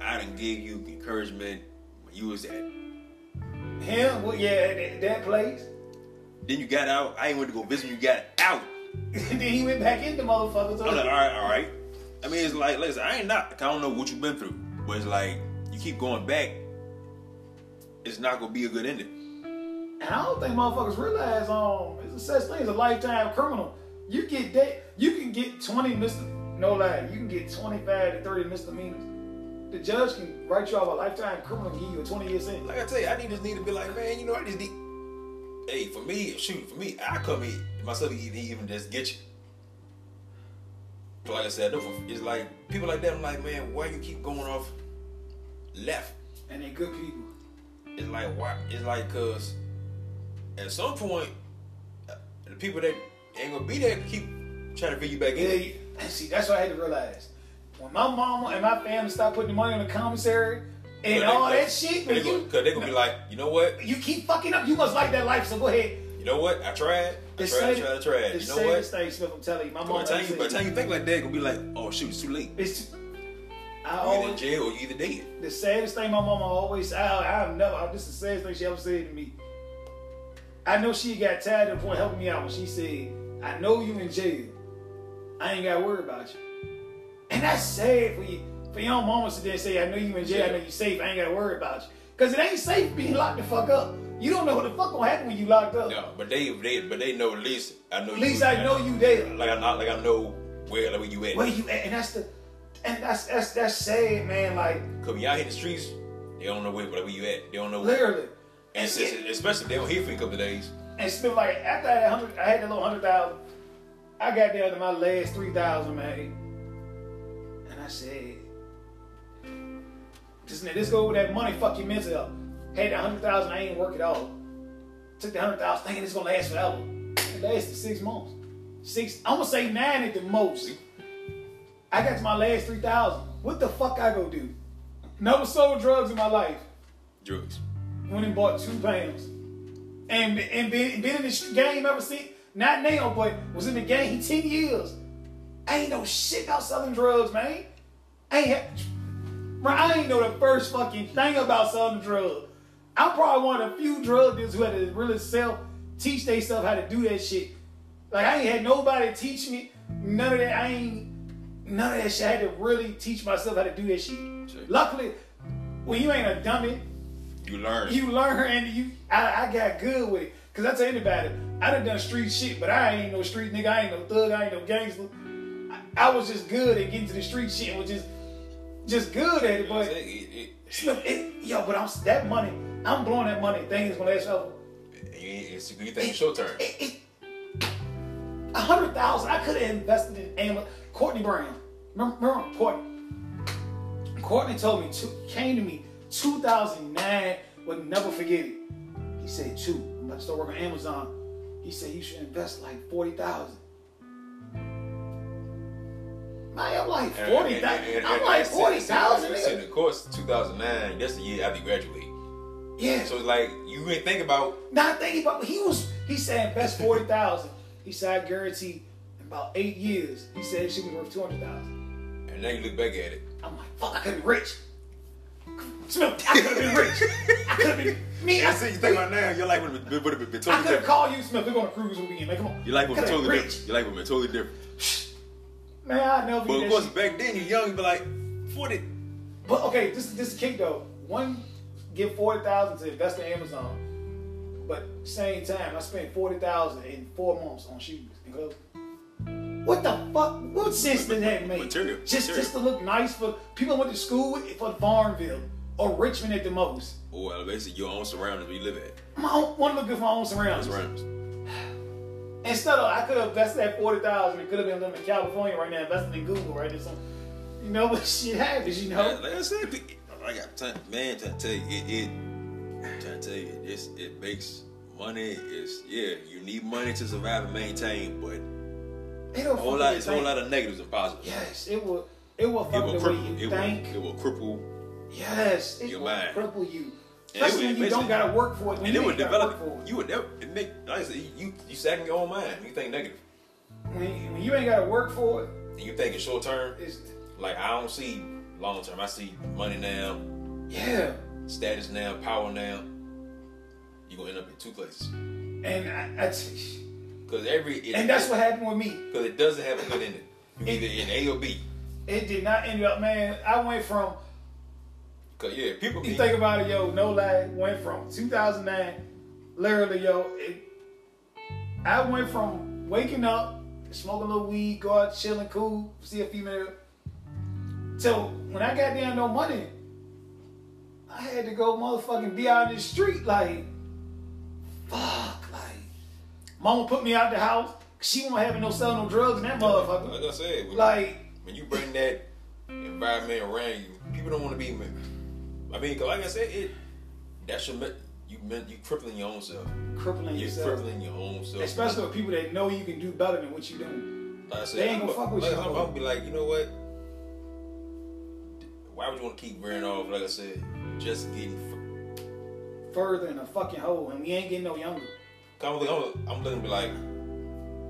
I done gave you encouragement when you was at. Him, well, yeah, that, that place. Then you got out. I ain't went to go visit. You got out. then he went back into motherfuckers. I'm like, all right, all right. I mean, it's like, listen, I ain't not. I don't know what you've been through, but it's like you keep going back. It's not gonna be a good ending. And I don't think motherfuckers realize um it's a such thing as a lifetime criminal. You get that you can get twenty mis no lie, you can get twenty five to thirty misdemeanors. The judge can write you off a lifetime criminal and give you a twenty year sentence. Like I tell you, I need just need to be like, man, you know, I just need. Hey, for me, shoot, for me, I come here myself. Even even just get you. But like I said, I know for- it's like people like that. I'm like, man, why you keep going off left? And they good people. It's like why? It's like cause at some point, uh, the people that ain't gonna be there keep trying to fit you back Yeah, in. you- and see that's what I had to realize. When my mama and my family start putting the money on the commissary and Cause they- all that cause- shit, Because man, they're you, gonna, be like, you know what? you keep fucking up. You must like that life, so go ahead. You know what? I tried. I tried, I tried, I tried. You It's know serious what? thing, Smith. I'm telling you, my By mom. the time you, by the said, time you think like that, it's gonna be like, oh shoot, it's too late. You it's, I either in always jail or you either dead. The saddest thing my mama always, I, I never, this is the saddest thing she ever said to me. I know she got tired of the point helping me out when she said, I know you in jail. I ain't got to worry about you. And that's sad for you, for your mama to sit there and say, I know you in jail, I know you safe, I ain't got to worry about you. Because it ain't safe being locked the fuck up. You don't know what the fuck gonna happen when you locked up. No, but they, they, but they know at least I know. At least I know you there. Like I, know- like I know where, like where you at. Where you at? And that's the, and that's, that's, that's sad, man. Like, Cause when y'all hit the streets, they don't know where, like where you at. They don't know. Where. literally. And since, especially if they don't hear for you a couple of days. And still, like after I had hundred, I had that little hundred thousand. I got down to my last three thousand, man. And I said, "Just let this go with that money. Fuck your mental health. Had that hundred thousand, I ain't work at all. Took the hundred thousand, thinking it's gonna last forever. It lasted six months. Six, I'm gonna say nine at the most. I got to my last three thousand. What the fuck I go do? Never sold drugs in my life Drugs. went and bought two pounds. And and been, been in this game ever since. Not now, but was in the game ten years. I ain't know shit about selling drugs, man. I ain't ha- bro, I ain't know the first fucking thing about selling drugs. I'm probably one of the few drug dealers who had to really self teach themselves how to do that shit. Like I ain't had nobody teach me none of that. I ain't none of that shit. I had to really teach myself how to do that shit. Sure. Luckily, when you ain't a dummy, You learn. you learn and you I, I got good with it. Cause I tell anybody, I done done street shit, but I ain't no street nigga, I ain't no thug, I ain't no gangster. I, I was just good at getting to the street shit and was just just good at it, It, but it, look, it, yo, but I'm that money, I'm blowing that money, things gonna last forever. it, it's, you think it's short term. It- it- A hundred thousand, I could have invested in Amazon. Courtney Brown, remember, remember Courtney? Courtney told me, two, came to me 2009, would never forget it. He said, Chu, I'm about to start working on Amazon. He said, you should invest like 40,000. Man, I'm like 40,000. I'm like 40,000. Since nigga. the course 2009, that's the year after you graduate. Yeah. So it's like you ain't think about Not thinking about he was he said invest forty thousand. He said I guarantee in about eight years, he said she was worth two hundred thousand. And now you look back at it. I'm like, fuck, I could be rich. Smith, I could have been rich. I could have been me. I, I see you think about now, your life would have been, would have been I totally could have different. called you, Smith. We're gonna cruise with me. Like, come on. your life would have Coulda been been rich. totally different. Your life would have been totally different. Man, I never. did But of that course, shit. back then, you're young, you be like, 40. But okay, this is this is kick though. One get forty thousand to invest in Amazon, but same time I spent forty thousand in four months on shoes and clothes. What the fuck? What sense did that make? Material, Just material. just to look nice for people I went to school with for Farmville or Richmond at the most. Or oh, basically, your own surroundings where you live at. My own, want to look good for my own surroundings. Surroundings. Instead of I could have invested that forty thousand, it could have been living in California right now, investing in Google right or something. You know, but shit happens. You Yeah, know. like I said, pe- like I'm trying, man, trying to tell you, it, it I'm trying to tell you, this it makes money. It's yeah, you need money to survive and maintain, but It will a whole lot, it's a whole lot of negatives and positives. Yes, it will. It will It fuck will the way cripple. you It think. will, it will cripple. yes, it your will mind. cripple you. And it Especially would- when you basically- don't gotta work for it. When And you it would ain't gotta work for develop. it. You would never. It make like I said, you you second your own mind. You think negative. when, when you ain't gotta work for it, And you think in short term. it's Like I don't see long term. I see money now, yeah. status now, power now. You gonna end up in two places. And I, that's Cause every it, and that's what happened with me. because it doesn't have a good ending. You either in A or B. It did not end up, man. I went from Cause yeah, people you be think about it, yo. No lie, went from 2009, literally, yo. It, I went from waking up, smoking a little weed, go out, chilling, cool, see a female. Till when I got down no money, I had to go motherfucking be out in the street, like, fuck, like. Mama put me out the house. 'cause She won't have no sell no drugs in that motherfucker. like I said, when, Like, when you bring that environment around you, people don't want to be. I mean, 'cause like I said, it that's your men- you men- you crippling your own self. crippling You're yourself. crippling your own self. Especially with people that know you can do better than what you doing. Like I said, They ain't gonna I'm, fuck with like, you no I'm, I'm more. gonna be like, you know what? Why would you want to keep wearing off? Like I said, just getting. F- further in a fucking hole, and we ain't getting no younger. I'm, I'm, I'm looking to be like,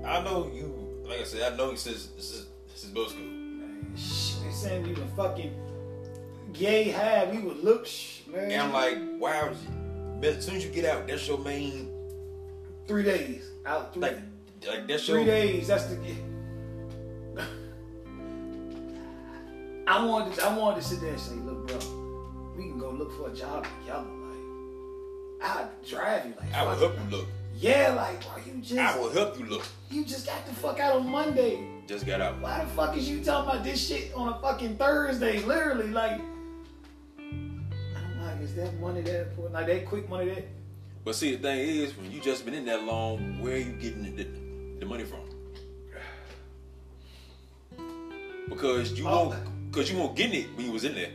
I know you. Like I said, I know you since this is this is middle school. Man, shit, they saying we were fucking gay high, we would look, sh- man. And I'm like, why would you? man, As soon as you get out, that's your main. three days out, three, Like, like that's three your. days. That's the. Get. I wanted, to, I wanted to sit there and say, look, bro, we can go look for a job together. Like, I'll drive you. Like, I will fuck help it. you look. Yeah, like, why you just, I will help you look. you just got the fuck out on Monday. Just got out. Why the fuck is you talking about this shit on a fucking Thursday? Literally, like, I'm like, is that money that important? Like that quick money that? But see, the thing is, when you just been in that long, where are you getting the, the money from? Because you Oh. won't, because you won't getting it when you was in there.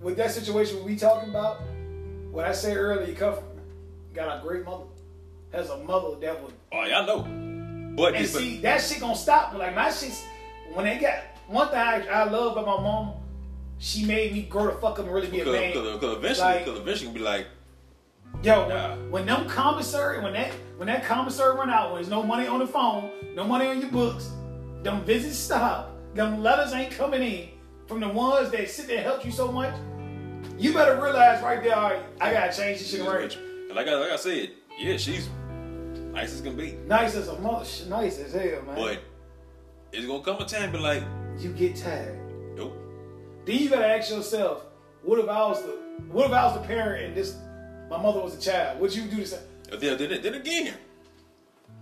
With that situation we talking about, what I said earlier, you come from got a great mother, has a mother that would. Oh, y'all know. But And it's- see, that shit gonna stop. Like my shit's when they got one thing I, I love about my mom, she made me grow the fuck up and really be a because, man. because, because eventually, Like- because eventually, you'll be like, Yo, Nah. when them commissary, when that when that commissary run out, when there's no money on the phone, no money on your books, them visits stop, them letters ain't coming in from the ones that sit there and help you so much. You better realize right there, all right, I gotta change this shit "She's around. rich." And like I, like I said, yeah, she's nice as can be, Nice as a mother, sh- nice as hell, man. but it's gonna come a time, but like, you get tired. nope. Then you gotta ask yourself, what if I was the what if I was the parent and this my mother was a child? Would you do the same? Uh, Then, then, then again,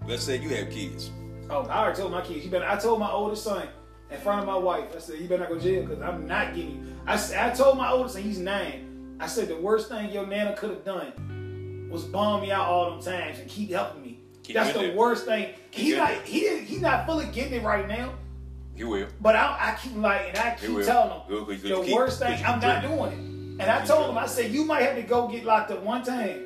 let's say you have kids. Oh, I already told my kids. You better. I told my oldest son in front of my wife. I said, "You better not go to jail because I'm not getting you." I s- I told my oldest son, he's nine. I said, "The worst thing your nana could have done was bomb me out all them times and keep helping me. Keep That's you the in there. worst thing. Keep He's you in not. there. He didn't. He's not fully getting it right now. You will. But I, I keep like, and I keep will. telling Will, him 'cause you the keep- worst 'cause thing. you I'm not drink. doing it. And I told him, I said, you might have to go get locked up one time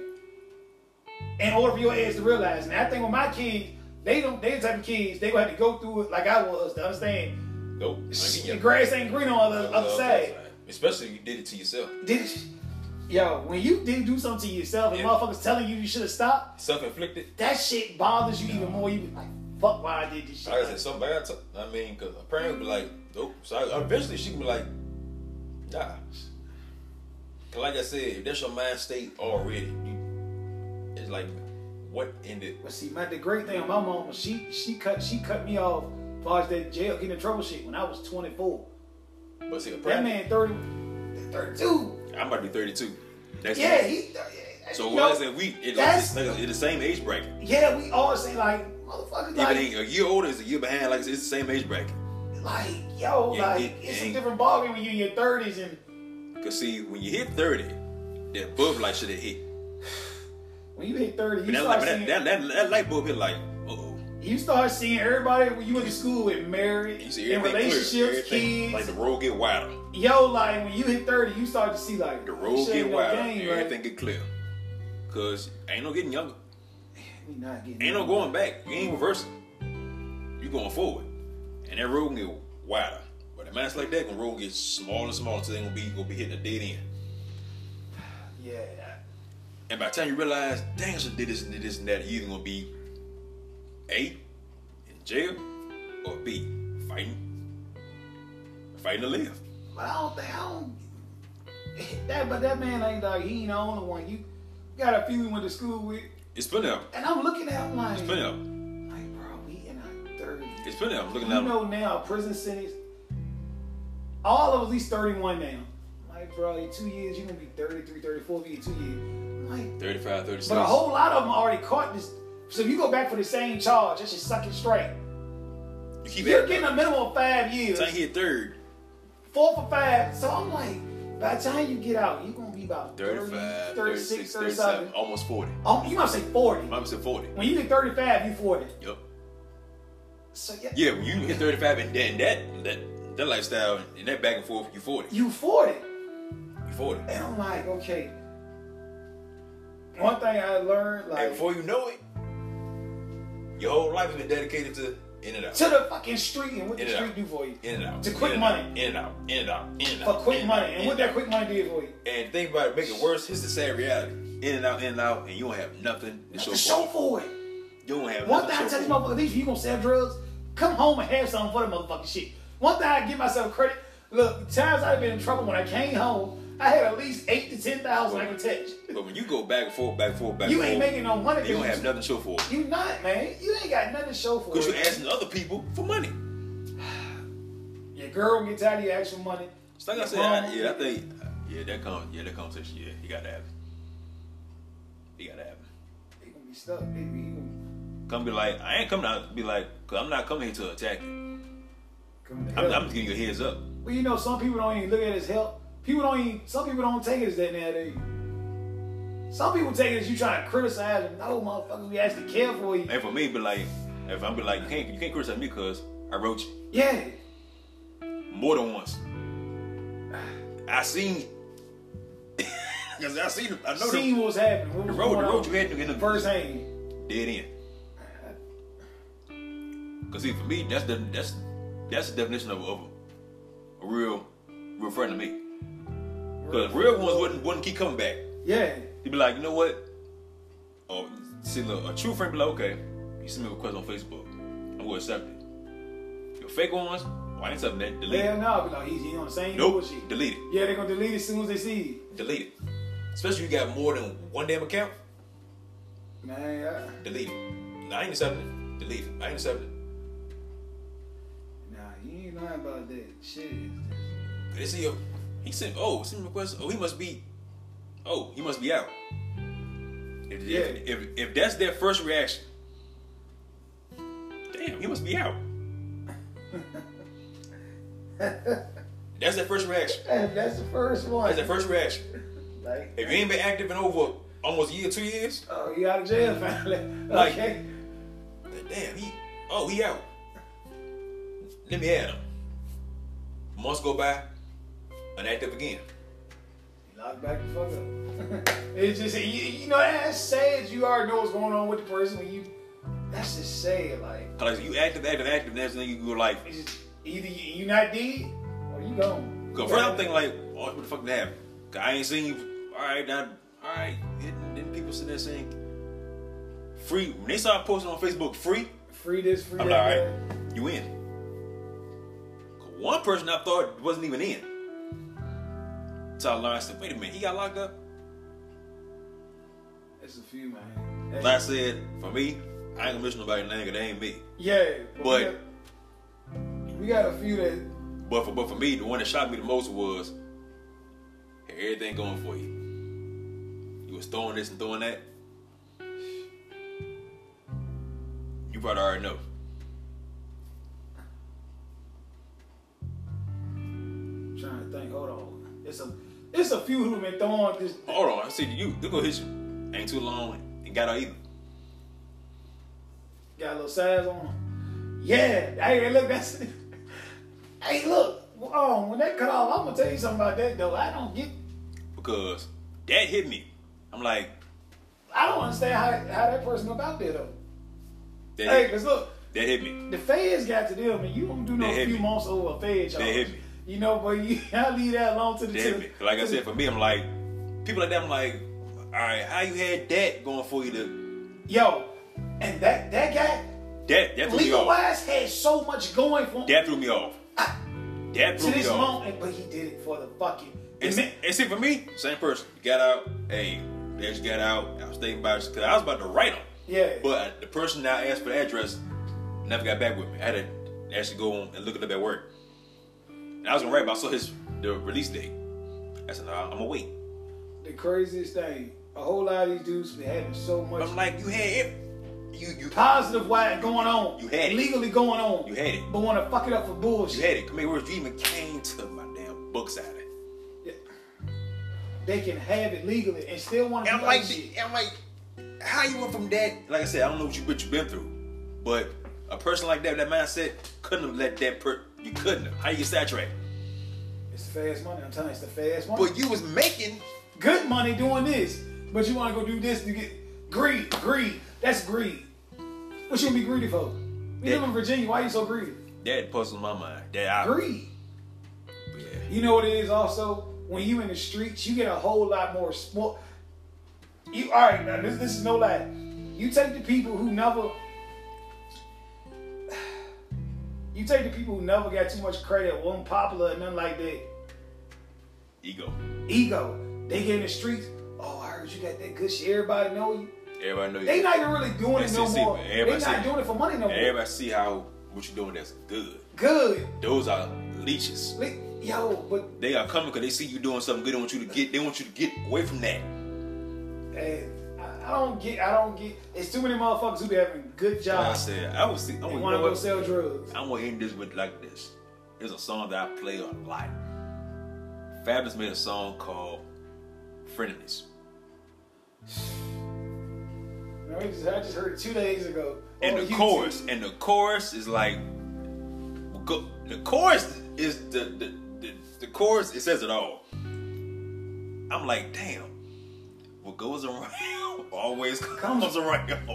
in order for your ass to realize. And I think with my kids, they don't. They the type of kids they gonna have to go through it like I was to understand. Nope. I get The you. grass ain't green on the Uh, other, other side. Especially if you did it to yourself. Did yo when you didn't do something to yourself and Yeah. motherfuckers telling you you should have stopped, Self inflicted. that shit bothers you even more. You be like, fuck, why I did this shit. Like I said, something bad. to- I mean, because her parents be like, nope. So I, eventually she can be like, nah. 'Cause like I said, if that's your mind state already, you, it's like, what ended? But see, my the great thing, my mom was she she cut she cut me off as far as that jail getting in trouble shit when I was 24. But see, a That parent, man 30, 32. I'm about to be 32. Next Yeah, year. he. So you what know, I said, we it, like, that's- it's like it's the same age bracket. Yeah, we all say like motherfuckers Even like, ain't a year older is a year behind. Like I said, it's the same age bracket. like yo Yeah, like it- it's it a ain't- different ballgame when you're in your 30s and Cause see, when you hit 30, that bulb light should have hit. when you hit 30 you But that, start but that, seeing that, that, that light bulb hit like, uh oh. You start seeing everybody when you went to school with married, You see in everything clear. relationships, Everything- kids. Like the road get wider. Yo, like when you hit 30, you start to see like The road this shit get ain't no wider. game, like, everything get clear. Cause ain't no getting younger. we not getting Ain't no it. going back. You ain't reversing. You going forward. And that road gonna get wider. But a man's like that gonna road get smaller and smaller until they gonna be gonna be hitting a dead end. Yeah. And by the time you realize, dang, I should did this and did this and that, you either gonna be A in jail or B fighting fighting to live. But I don't think I don't that but that man ain't like he ain't the only one. You got a few we went to school with. It's been there. And I'm looking at him like, It's been there. like bro, we in our 30s. It's been there. I'm looking You at them. know now, prison sentence. All of us, least 31 now. Like, bro, in two years, you're going to be 33, 34, be in two years. I'm Like, 35, 36. but a whole lot of them already caught this. So if you go back for the same charge, that should suck it straight. you keep You're adding getting up. a minimum of five years, Time hit third. four for five. So I'm like, by the time you get out, you're going to be about 35, 35, 36, 36, 37, 37. almost 40. Oh, you might say 40. Mama said 40. When you get 35, you 40. Yup. So yeah, Yeah, when you hit 35 and then that, that, that lifestyle and that back and forth, you 40. you 40. You 40. And I'm like, okay. One thing I learned, like, And before you know it, your whole life has been dedicated to in and out. to the fucking street and what the In and street out. do for you. in and out. To quick in and money. Out, in and out. In and out. In and For out. quick in money. out, And in what out. that quick money did for you. And think about it, make it worse, it's the sad reality. In and out, in and out, and you don't have nothing to That's show the for show it. for it. You don't have One nothing thing I to show tell these for it. motherfuckers, these you gonna sell drugs, come home and have something for the motherfucking shit. One thing I give myself credit, look, times I've been in trouble when I came home, I had at least eight to ten thousand I could touch. But when you go back and forth, back and forth, back You and ain't forth, making no money. you don't have nothing to show for it. You not, man. You ain't got nothing to show for Because it. you're asking other people for money. Your girl get tired of your actual money. It's like I Your said, I, mom- yeah, I think, yeah, that comes, yeah, that conversation, yeah, you gotta have it. You gotta have it. They gonna be stuck, baby. You gonna Come be like, I ain't coming out, be like, cause I'm not coming here to attack you. come to I'm, hell. I'm just giving you a heads up. Well, you know, some people don't even look at it as help. People don't even. Some people don't take it as that nowadays. Some people take it as you trying to criticize them. No, motherfuckers, we actually care for you. And for me, be like, if I'm be like, you can't, you can't criticize me because I wrote you Yeah, more than once. I seen, cause I seen, I know seeing the, what was happening. What the was road, going the road on you had to get in the firsthand. dead end. Cause see, for me, that's the that's that's the definition of, of a real real friend to me. Cause real ones wouldn't wouldn't keep coming back. Yeah, They'd be like, you know what? Oh, see, look, a true friend be like, okay, you send me a request on Facebook, I'm gonna accept it. Your fake ones, why ain't something that delete? hell it. no, be like he's he on the same Nope, bullshit. delete it, Yeah, they gonna delete it as soon as they see delete it. Especially if you got more than one damn account, it. Man, I, delete it. Nah, I ain't accepting it, delete it. I ain't accepting it. nah, you ain't lying about that shit. They see him. He sent. Oh, sent me a request. Oh, he must be. Oh, he must be out. If, if, Yeah. if, if that's their first reaction, damn, he must be out. that's their first reaction. Hey, that's the first one. That's their first reaction. Like, If you ain't been active in over almost a year, two years, oh, you out of jail finally. Like- okay. then damn, he. Oh, he out. Let me add him. Months go by, inactive again. Lock back the fuck up. it's just you, you know that's sad. You already know what's going on with the person when you. That's just sad. Like Cause you active, active, active. Next thing you go like, it's just either you, you not dead or you gone. Cause first I'm thinking like, oh, what the fuck that happened? 'Cause I ain't seen you. All right, now, all right. Then, then people sitting there saying, free. When they start posting on Facebook, free. free this, free I'm like, all that. right, you in. 'Cause One person I thought wasn't even in. So I learned, I said, wait a minute, he got locked up. That's a few, man. That's- Like I said, for me, I ain't gonna mention nobody's name, 'cause they ain't me. yeah, we But- got, we got a few that But for but for me, the one that shocked me the most was had everything going for you. You was throwing this and throwing that. You probably already know. I'm trying to think. Hold on, it's a it's a few who been throwing this. Hold on, I see you. They gonna hit you. Ain't too long. Ain't got out either. Got a little size on them. Yeah. Hey, look, that's Hey, look. Oh, when that cut off, I'm gonna tell you something about that though. I don't get because that hit me. I'm like, I don't understand how, how that person about there though. that, Hey, hit, cause look, that hit me. the feds got to them, and you don't do no They hit few me. months over a fed charge. hit me. You know, but you I leave that alone to the. That to hit the- me. Like I to the- said, for me, I'm like, people like that. I'm like, all right, how you had that going for you to yo, and that that guy that that threw me legal off. wise had so much going for him That threw me off. That to threw me this off. moment, but he did it for the fucking. And, the mi- see- and see, for me, same person. Got out. Hey, they just got out. I was thinking about it because I was about to write them. Yeah. But the person that I asked for the address never got back with me. I had to actually go on and look it up at work. And I was gonna write, but I saw his the release date. I said, nah, I'm gonna wait. the craziest thing, a whole lot of these dudes been having so But much I'm like, you had it. You you positive wise going on, You had it. legally going on, You had it. but want to fuck it up for bullshit. you had it. Come here, where's you even came to my damn book signing. They can have it legally and still want to And I'm be like, like shit. I'm like, how you went from that? Like I said, I don't know what you what you been through, but a person like that, with that mindset, couldn't have let that per. You couldn't have. How you get sidetracked? It's fast money. I'm telling you, it's the fast money. But you was making. good money doing this, but you want to go do this to get greed, greed. That's greed. What you gonna be greedy for? We Yeah. live in Virginia. Why you so greedy? That puzzles my mind. That I, Greed. yeah. You know what it is also? When you in the streets, you get a whole lot more small. You all right now? This this is no lie. You take the people who never. You take the people who never got too much credit, weren't popular, and nothing like that. ego. Ego. They get in the streets. Oh, I heard you got that good shit. Everybody know you. Everybody know you. They not even really doing it That's no it, see, more. man. They Everybody see not it. doing it for money no And more. everybody see how what you doing that's good. Good. Those are leeches. Like, Yo, but They are coming because they see you doing something good. They want you to get. They want you to get away from that. eh, I I don't get. I don't get. It's too many motherfuckers who be having good Like I jobs. said, I was. see- I'm They gonna, want to you know go what? sell drugs. I'm gonna end this with like this. There's a song that I play a lot. Fabulous made a song called "Frenemies." I just, I just heard it two days ago. Oh, and on the YouTube. chorus and the chorus is like go, the chorus is the the, the the chorus it says it all i'm like damn what goes around always comes around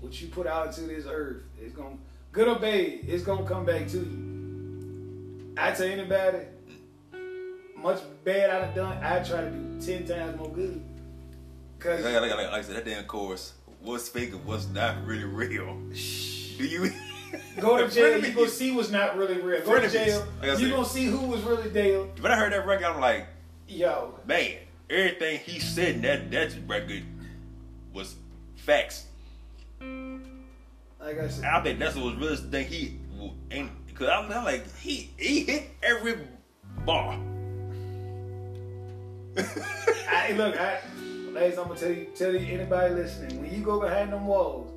What you put out into this earth, it's gonna good or bad, it's gonna come back to you. I tell anybody, much bad I done done, I try to do ten times more good. Cause like, like, like, like i said that damn chorus what's fake and what's not really real do you Go to jail, you Frenemies. gonna see what's not really real. Go to Frenemies. jail, Like I you said. gonna see who was really there. when i heard that record i'm like Yo, man everything he said in that that record was facts like I said, I think that's the realest thing he ain't because I'm, I'm like he he hit every bar. I, look, I, ladies, I'm gonna tell you, tell you anybody listening, when you go behind them walls,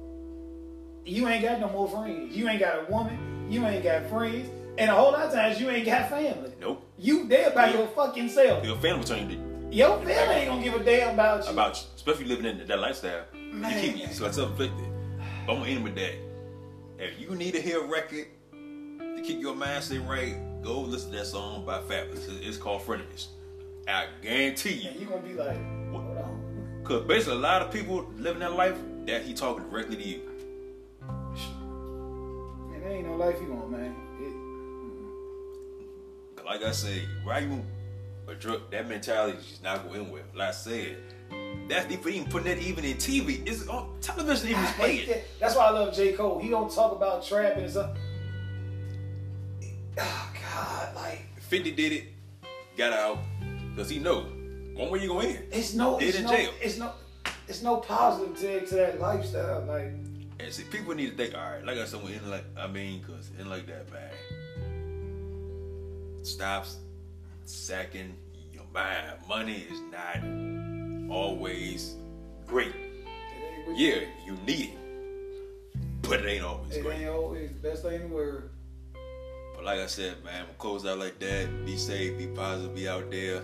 you ain't got no more friends. You ain't got a woman. You ain't got friends, and a whole lot of times you ain't got family. Nope. You dead by your fucking self. Your family turned you Your family ain't gonna give a damn about you. about you, especially living in that lifestyle. Man. You keep you so self-inflicted. But I'm gonna end with that. If you need a hill record to keep your mindset right, go listen to that song by Fabulous. It's it's called Frenemies. I guarantee you. and you gonna be like, oh, hold on. Cause basically a lot of people living that life that he talking directly to you. Man, there ain't no life you want, man. It, like I said, why you a drug? That mentality is just not going in well. Like I said, that's even even putting that even in TV. It's on television even I is hate playing. that. That's why I love J. Cole. He don't talk about trap and stuff. Oh God, like Fifty did it, got out, cause he know one way you gonna end. it's no, Dead it's in no, jail. it's no, it's no positive to, to that lifestyle. Like And see, people need to think. All right, like I said, we in like I mean, cause in like that, man. Stops sacking your mind. Money is not always great. it ain't what- Yeah, you need it, but it ain't always it great. ain't always the best thing in the world. But like I said, man, when close out like that, be safe, be positive, be out there.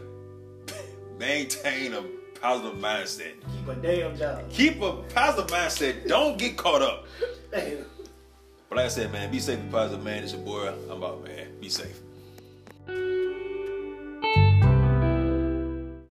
Maintain a positive mindset. Keep a damn job. Keep a positive mindset. Don't get caught up. Damn. But like I said, man, be safe and positive, man. It's your boy. I'm out, man. Be safe.